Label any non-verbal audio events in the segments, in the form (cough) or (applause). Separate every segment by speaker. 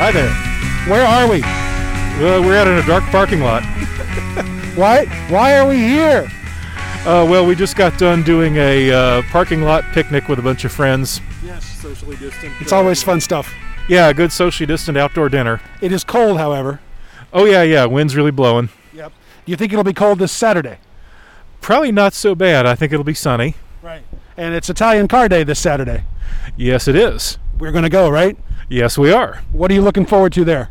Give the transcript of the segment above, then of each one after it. Speaker 1: Hi there. Where are we?
Speaker 2: Well, Uh, we're out in a dark parking lot.
Speaker 1: Why? Why are we here?
Speaker 2: Uh, well, we just got done doing a uh, parking lot picnic with a bunch of friends.
Speaker 3: Yes, socially distant. uh,
Speaker 1: It's always fun stuff.
Speaker 2: Yeah, a good socially distant outdoor dinner.
Speaker 1: It is cold, however.
Speaker 2: Oh yeah, yeah. Wind's really blowing.
Speaker 1: Yep. You think it'll be cold this Saturday?
Speaker 2: Probably not so bad. I think it'll be sunny.
Speaker 1: Right. And it's Italian Car Day this Saturday.
Speaker 2: Yes, it is.
Speaker 1: We're going to go, right?
Speaker 2: Yes, we are.
Speaker 1: What are you looking forward to there?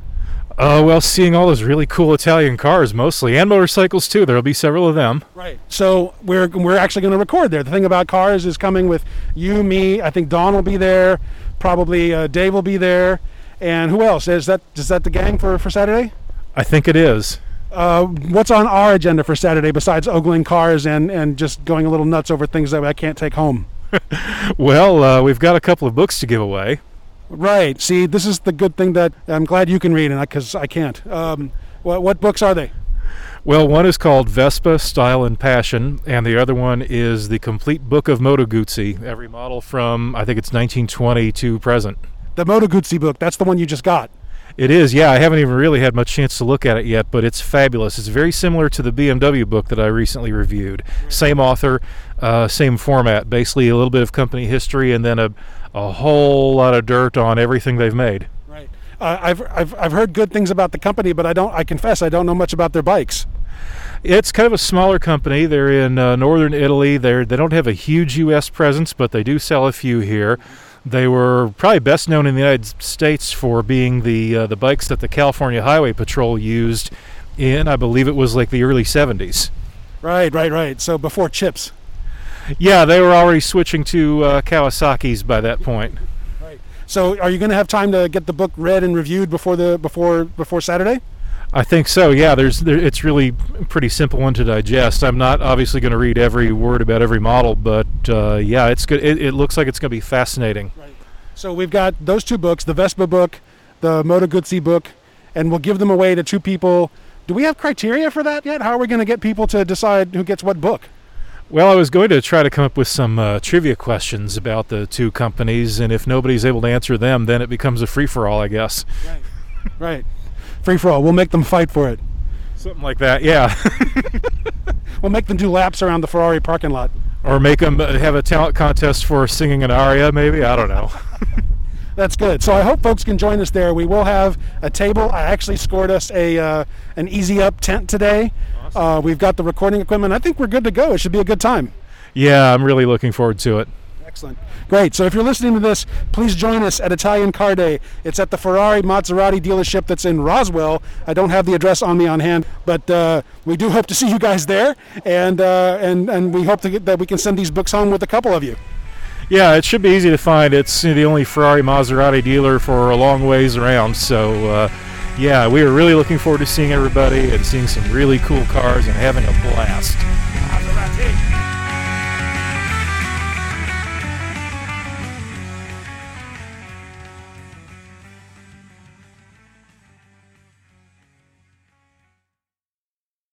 Speaker 2: Uh, well, seeing all those really cool Italian cars mostly, and motorcycles too. There'll be several of them.
Speaker 1: Right. So we're we're actually going to record there. The thing about cars is coming with you, me. I think Don will be there. Probably uh, Dave will be there. And who else is that? Is that the gang for for Saturday?
Speaker 2: I think it is.
Speaker 1: Uh, what's on our agenda for Saturday besides ogling cars and and just going a little nuts over things that I can't take home?
Speaker 2: Well, uh, we've got a couple of books to give away.
Speaker 1: Right. See, this is the good thing that I'm glad you can read, and because I, can't. Um, what, what books are they?
Speaker 2: Well, one is called Vespa Style and Passion, and the other one is the complete book of Moto Guzzi, every model from I think it's 1920 to present.
Speaker 1: The Moto Guzzi book. That's the one you just got.
Speaker 2: It is, yeah. I haven't even really had much chance to look at it yet, but it's fabulous. It's very similar to the BMW book that I recently reviewed. Same author, uh, same format. Basically, a little bit of company history and then a, a whole lot of dirt on everything they've made.
Speaker 1: Right. Uh, I've, I've I've heard good things about the company, but I don't. I confess, I don't know much about their bikes.
Speaker 2: It's kind of a smaller company. They're in uh, northern Italy. They're, they don't have a huge U.S. presence, but they do sell a few here. They were probably best known in the United States for being the uh, the bikes that the California Highway Patrol used in, I believe it was like the early 70s.
Speaker 1: Right. Right. Right. So before chips.
Speaker 2: Yeah, they were already switching to uh, Kawasaki's by that point.
Speaker 1: Right. So are you going to have time to get the book read and reviewed before the before before Saturday?
Speaker 2: I think so. Yeah, there's there, it's really a pretty simple one to digest. I'm not obviously going to read every word about every model, but uh, yeah, it's good. It, it looks like it's going to be fascinating.
Speaker 1: Right. So we've got those two books, the Vespa book, the Moto Guzzi book, and we'll give them away to two people. Do we have criteria for that yet? How are we going to get people to decide who gets what book?
Speaker 2: Well, I was going to try to come up with some uh, trivia questions about the two companies, and if nobody's able to answer them, then it becomes a free for all, I guess.
Speaker 1: Right. Right. Free for all. We'll make them fight for it.
Speaker 2: Something like that, yeah. (laughs)
Speaker 1: We'll make them do laps around the Ferrari parking lot.
Speaker 2: or make them have a talent contest for singing an aria, maybe. I don't know.
Speaker 1: That's good. So I hope folks can join us there. We will have a table. I actually scored us a uh, an easy up tent today. Uh, we've got the recording equipment. I think we're good to go. It should be a good time.
Speaker 2: yeah, I'm really looking forward to it.
Speaker 1: Excellent. Great. So if you're listening to this, please join us at Italian Car Day. It's at the Ferrari Maserati dealership that's in Roswell. I don't have the address on me on hand, but uh, we do hope to see you guys there, and uh, and and we hope to get, that we can send these books home with a couple of you.
Speaker 2: Yeah, it should be easy to find. It's the only Ferrari Maserati dealer for a long ways around. So, uh, yeah, we are really looking forward to seeing everybody and seeing some really cool cars and having a blast.
Speaker 3: Maserati.